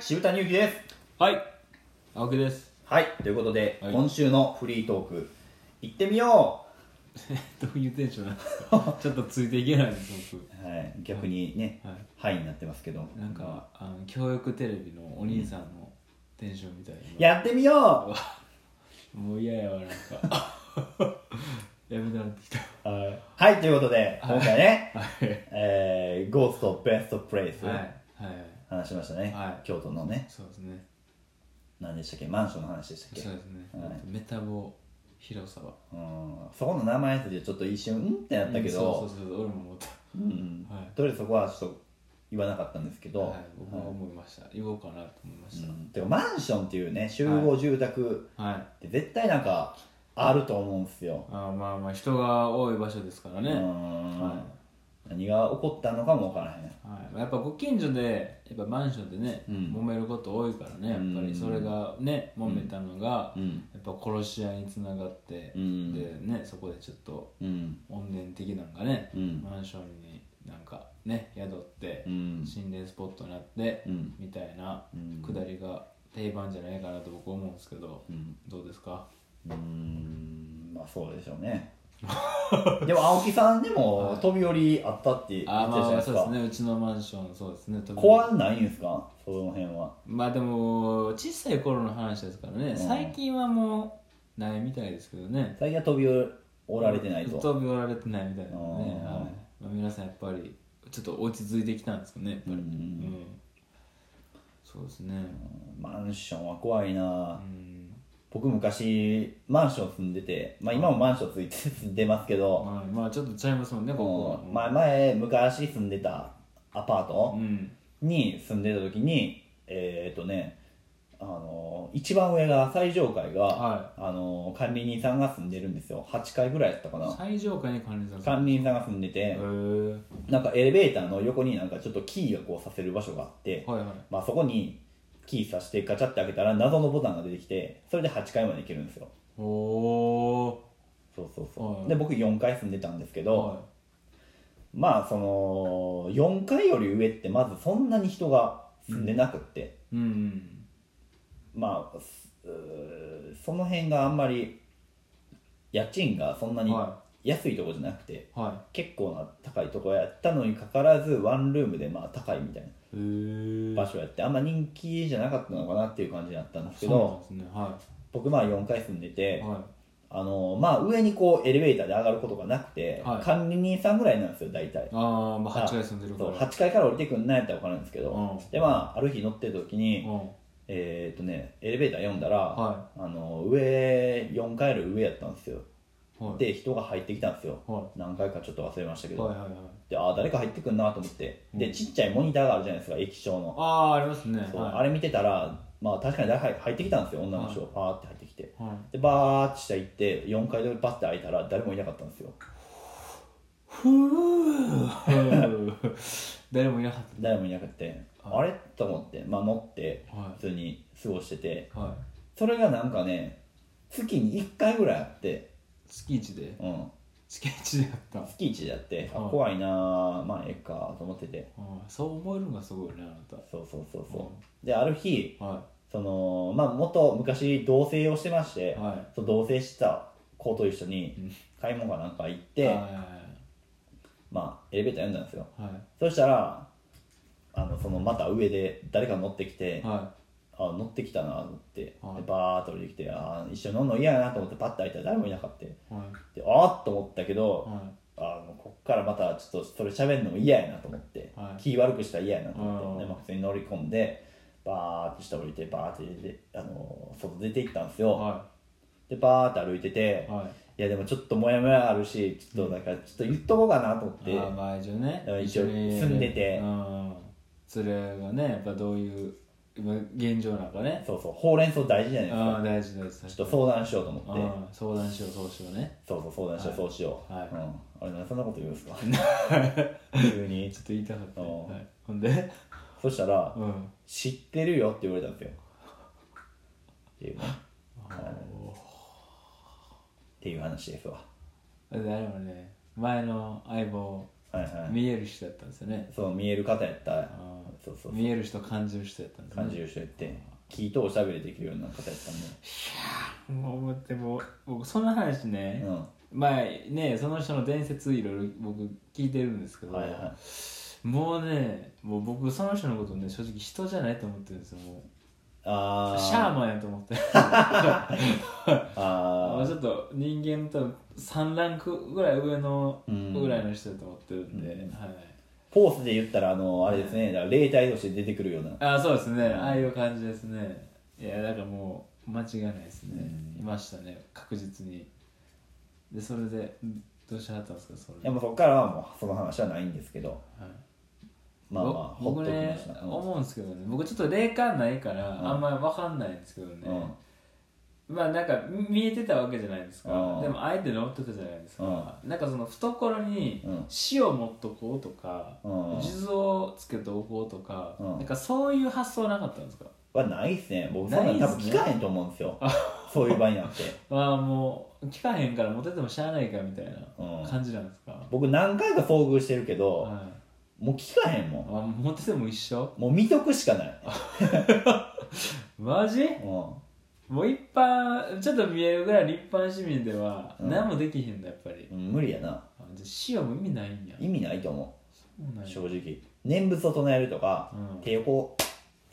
渋谷祐樹ですはい青木です はいということで、はい今週のフリートーク行ってみよどういうテンションなんです かちょっとついていけないですう、はい、逆にね僕ははいになってますけどいなんかあの教育テレビのお兄さんのテンションみたいな、やってみようもう嫌やわなんか やめたなってきたはいはいということで今回ね、はいえー、ゴーストベストプレイス、はいはい話しましたね、はい京都のねそうですね何でしたっけマンションの話でしたっけそうですね、はいメタボ広さはうんそこの名前でちょっと一瞬うんってなったけうんどそうそうそう俺も思ったうんはいとりあえずそこはちょっと言わなかったんですけど、はい僕は思いました、言おうかなと思いました、うんてかマンションっていうね集合住宅はいって絶対なんかあると思うんですよ、あーまあまあ人が多い場所ですからね、うはんは何が起こったのかもわからへんい、やっぱご近所でやっぱマンションでね、うん揉めること多いからねやっぱうんりそれがね揉めたのが、うんやっぱ殺し合いにつながって、うんでねそこでちょっとうん怨念的なんかね、うんマンションになんかね宿ってう、ん心霊スポットになって、うんみたいなうんくだりが定番じゃないかなと僕思うんですけど、うんどうですかうんまあそうでしょう ねでも青木さんでも飛び降りあったって言ってたじあゃーないまであすそうか、ですねうちのマンションそうですね飛び怖ないんですかその辺はまあでも小さい頃の話ですからね、ん最近はもうないみたいですけどね最近は飛び降られてないぞ飛び降られてないみたいなね、あーはいまあ、皆さんやっぱりちょっと落ち着いてきたんですかねやっぱうりんそうですねマンションは怖いなうん僕昔マンション住んでて、まあ、今もマンションついて住んでますけど、まあ、まあちょっとちゃいますもんねここは、うんまあ、前昔住んでたアパートうんに住んでた時にえっ、とねあの一番上が最上階が、はあの管理人さんが住んでるんですよ8階ぐらいだったかな最上階に管理さんへ管理人さんが住んでてえ、ー、なんかエレベーターの横になんかちょっとキーがこうさせる場所があって、はいはいまあ、そこにキーさしてガチャって開けたら謎のボタンが出てきてそれで8階まで行けるんですよおおそうそうそう、はいで僕4階住んでたんですけーど、まあその4階より上ってまずそんなに人が住んでなくって、いうんまあすうーその辺があんまり家賃がそんなには安いとこじゃなくて、は結構な高いとこやったのにかかわらずワンルームでまあ高いみたいないへえー、場所やってあんま人気じゃなかったのかなっていう感じになったんですけそうなんどですねは僕まあ4階住んでいて、はあのまあ上にこうエレベーターで上がることがなくて、はい管理人さんぐらいなんですよ大体いああまあ8階住んでるかそうら8階から降りてくんないやったら分かるんですけど、うんでまあある日乗ってる時に、うんえーっとねエレベーター読んだら、はあの上4階より上やったんですよはいで人が入ってきたんですよ、は何回かちょっと忘れましたけいど、はいはいはいでああ誰か入ってくんなと思ってでうんちっちゃいモニターがあるじゃないですか液晶の、ああありますねはいそうあれ見てたらまあ確かに誰か入ってきたんですよ女の人がパーって入ってきてはいでバーッて下行って4階でバッて開いたら誰もいなかったんですよふう 誰もいなかっ誰もいなくて、はいあれと思って、まあ、乗ってたは普通に過ごしてていはいそれがなんかね月に1回ぐらいあって、月一でうん、月一でやったあ月1であって、あはい怖いなあまあええかと思っててあそう思えるのがすごいねあなたそうそうそうそうである日はそのまあ元昔同棲をしてましいて、はいその同棲した子と一緒うにん買い物かなんか行っはて、いはいまあエレベーター呼んだんですよはいそしたらあのそのまた上で誰か乗ってきて、はあ乗ってきたなと思って、ではいバーッと降りてきてあー一緒に乗るの嫌やなと思ってパッと開いたら誰もいなかったでいはいあーっと思ったけど、はあのこっからまたちょっとそれ喋るのも嫌やなと思って、はい気悪くしたら嫌やなと思っうんて、でまあ、普通に乗り込んでバーッと下降りてバーッて出てあの外出て行ったんですいよ、はでバーッと歩いてて、いはいいやでもちょっとモヤモヤあるしちょっとなんかちょっと言っとこうかなと思って、ああまあ一応ねうん一緒に住んでてうんそれがねやっぱどういう今現状なんかねそうそうほうれん草大事じゃないですああか大事ですちょっと相談しようと思って、うん相談しようそうしよう ねそうそう相談しよう、はいそうしよう、はいうん、あれなんでそんなこと言うんですか急にちょっと言いたかった、ねうんはい、ほんでそしたらうん「知ってるよ」って言われたんですよっていうねっていう話ですわあれもね前の相棒はいはい見える人だったんですよねそう見える方やったあそうそう見える人感じる人やったんですね感じる人やって聞いておしゃべりできるような方やったんでもう思ってもう僕その話ね、う前ねその人の伝説いろいろ僕聞いてるんですけんど、はいはもうねもう僕その人のことね正直人じゃないと思ってるんですよもいあーうシャーマンやと思ってるあ もうーちょっと人間と3ランクぐらい上のうんぐらいの人だと思ってるんで、うんはい、ポーズで言ったらあのあれですねだから霊体として出てくるようなああそうですねああいう感じですねいやだからもう間違いないですね、うんいましたね確実にでそれでどうしはったんですかそれでもそこからはもうその話はないんですけどはいまあまあほぼっ僕ときねました、うん思うんですけどね僕ちょっと霊感ないから、んあんまり分かんないんですけどね、まあなんか見えてたわけじゃないですか、うんでもあえて乗ってたじゃないですか、なんかその懐にうん塩持っとこうとか、うん地図をつけておこうとか、うんなんかそういう発想なかったんですかはないっすね僕そんなん多分ないっすね聞かへんと思うんですよそういう場になってああもう聞かへんからモテてもしゃあないかみたいうんな感じなんですか、僕何回か遭遇してるけど、はい、もう聞かへんもあんモテても一緒もう見とくしかない、マジうんもう一般ちょっと見えるぐらい立派な市民ではうん何もできへんだやっぱり、うん、無理やなあじゃあ塩も意味ないんや意味ないと思そうなんうや正直念仏を唱えるとか、うん手をこうっ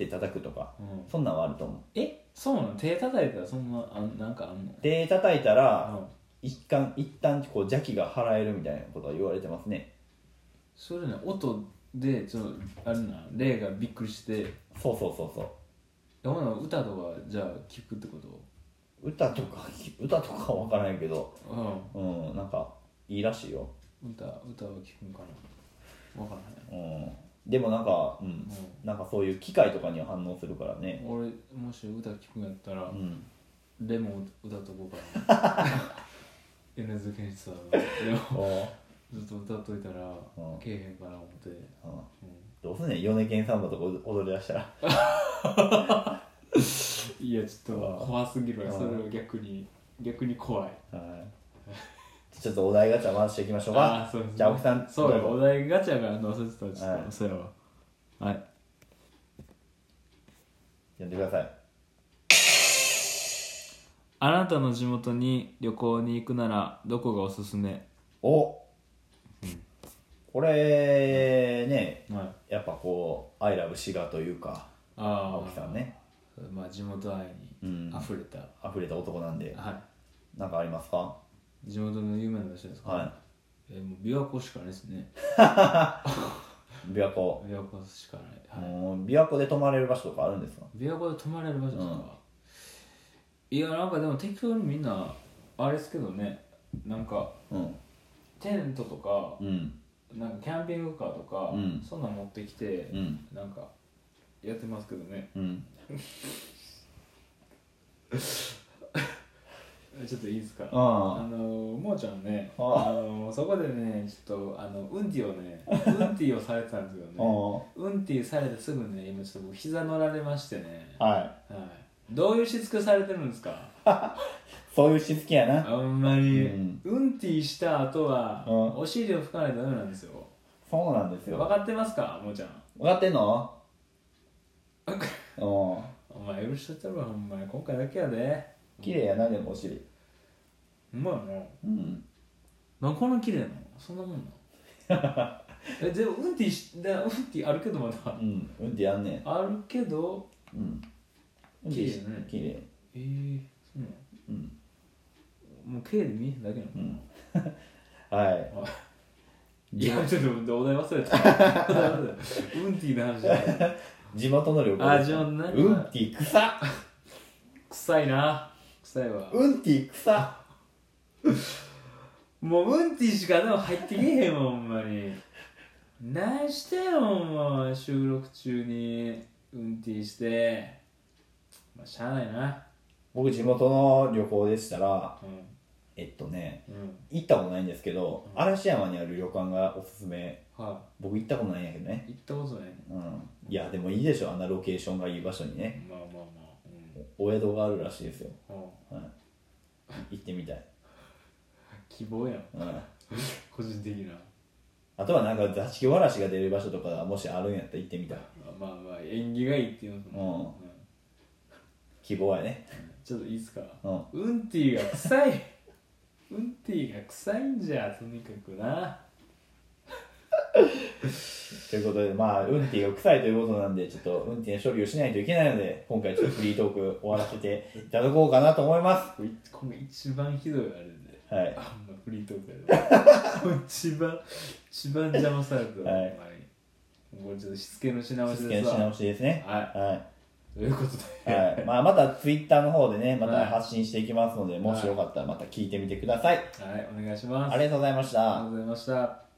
て叩くとかうんそんなんはあると思えそうなの手叩いたらそんなあんなんかあんのう手叩いたら、うん一旦一旦こう邪気が払えるみたいなことは言われてますねそれね音でそのあれな霊がびっくりしてそうそうそうそうどうなの歌とかじゃあ聞くってこと歌とか歌とかは分からんけどううんなんかいいらしいよ、ん歌歌は聞くんかなわからへんうん、でもなんかうん、なんかそういう機械とかには反応するからね俺もし歌聞くんやったら、うんレモン歌っとこうかな 米津玄師さんのレモおンずっと歌っといたら、うんけえへんかな思って、ううんんどうすんねん米健サンバとか踊りだ したらいやちょっうとん怖すぎるわうんそれは逆に逆に怖いはいちょっとお題ガチャ回していきましょうかーそうですねじゃあ青木さんそうどようおぞ題ガチャが載せてたらちょっはといそうやわはい呼んでくださいあなたの地元に旅行に行くならどこがおすすめおこれねはいやっぱこう「アイラブ滋賀」というかあ青木さんねまあ地元愛うんに溢れた、溢れた男なんではなんかありますかい地元の有名な場所ですか、はえーもう琵琶湖しかないですねい琵琶湖琵琶湖しかない、はいもう琵琶湖で泊まれる場所とかあるんですか琵琶湖で泊まれる場所ですか、いやなんかでも適当にみんなあれですけどねなんかうんテントとかうんなんかキャンピングカーとか、うんそんなん持ってきて、うんなんかやってますけどねうんちょっといいですかああのもーちゃんねああのそこでねちょっとあのうんてぃをねうんてぃをされてたんですけどね あうんてぃされてすぐね今ちょっと僕膝乗られましてね、あはいはい、どういうしつけされてるんですかそういうしつけやなあんまり、うんうんてぃした後は、うんお尻を拭かないとダメなんですよそうなんです分よかってますかもーちゃん分かってん のうんお前許しとったろほんまに今回だけやで綺麗やなでもお尻うまいなうん何こんな綺麗なのそんなもんな えでもうんてぃしだうんてぃあるけどまだうんうんってやんねんあるけどうんうん綺麗やね綺麗えー、そうなうんのもう綺麗で見えへんだけなの、はいあいやちょっとお題忘 れたお題忘れたうんてぃの話じゃない地元の旅行あ地元ねうんってぃ草臭いな臭いわうんってぃ草もううんてぃしかでも入ってけえへんわほんまに何してよもう収録中にうんてぃしてまあしゃあないな僕地元の旅行でしたらうえっとねんうん行ったことないんですけど嵐山にある旅館がおすすめは僕行ったことないんやけどねい行ったことないねうんいやでもいいでしょあんなロケーションがいい場所にねまあまあまあうんお江戸があるらしいですよ、うんはい、行ってみたい、希望やんうん、個人的なああとはなんか座敷わらしが出る場所とかがもしあるんやったら行ってみたいまあまあ縁起がいいっていうのとも、うん希望やねちょっといいですかうんうんティーが臭いうんティーが臭いんじゃとにかくなということでまあ運転が臭いということなんでちょっと運転処理をしないといけないので今回ちょっとフリートーク終わらせていただこうかなと思いまこれこれ一番ひどいあれですはいあんまフリートークだよ 一番一番邪魔されたはいほんまにもうちょっとしつけのし直し実で験すしわ直しですねははいということい、で、はいまあ、またツイッターの方でねまはいた発信していきますのでもしよかったらまた聞いてみてください、はい、お願いしますありがとうございました、ありがとうございました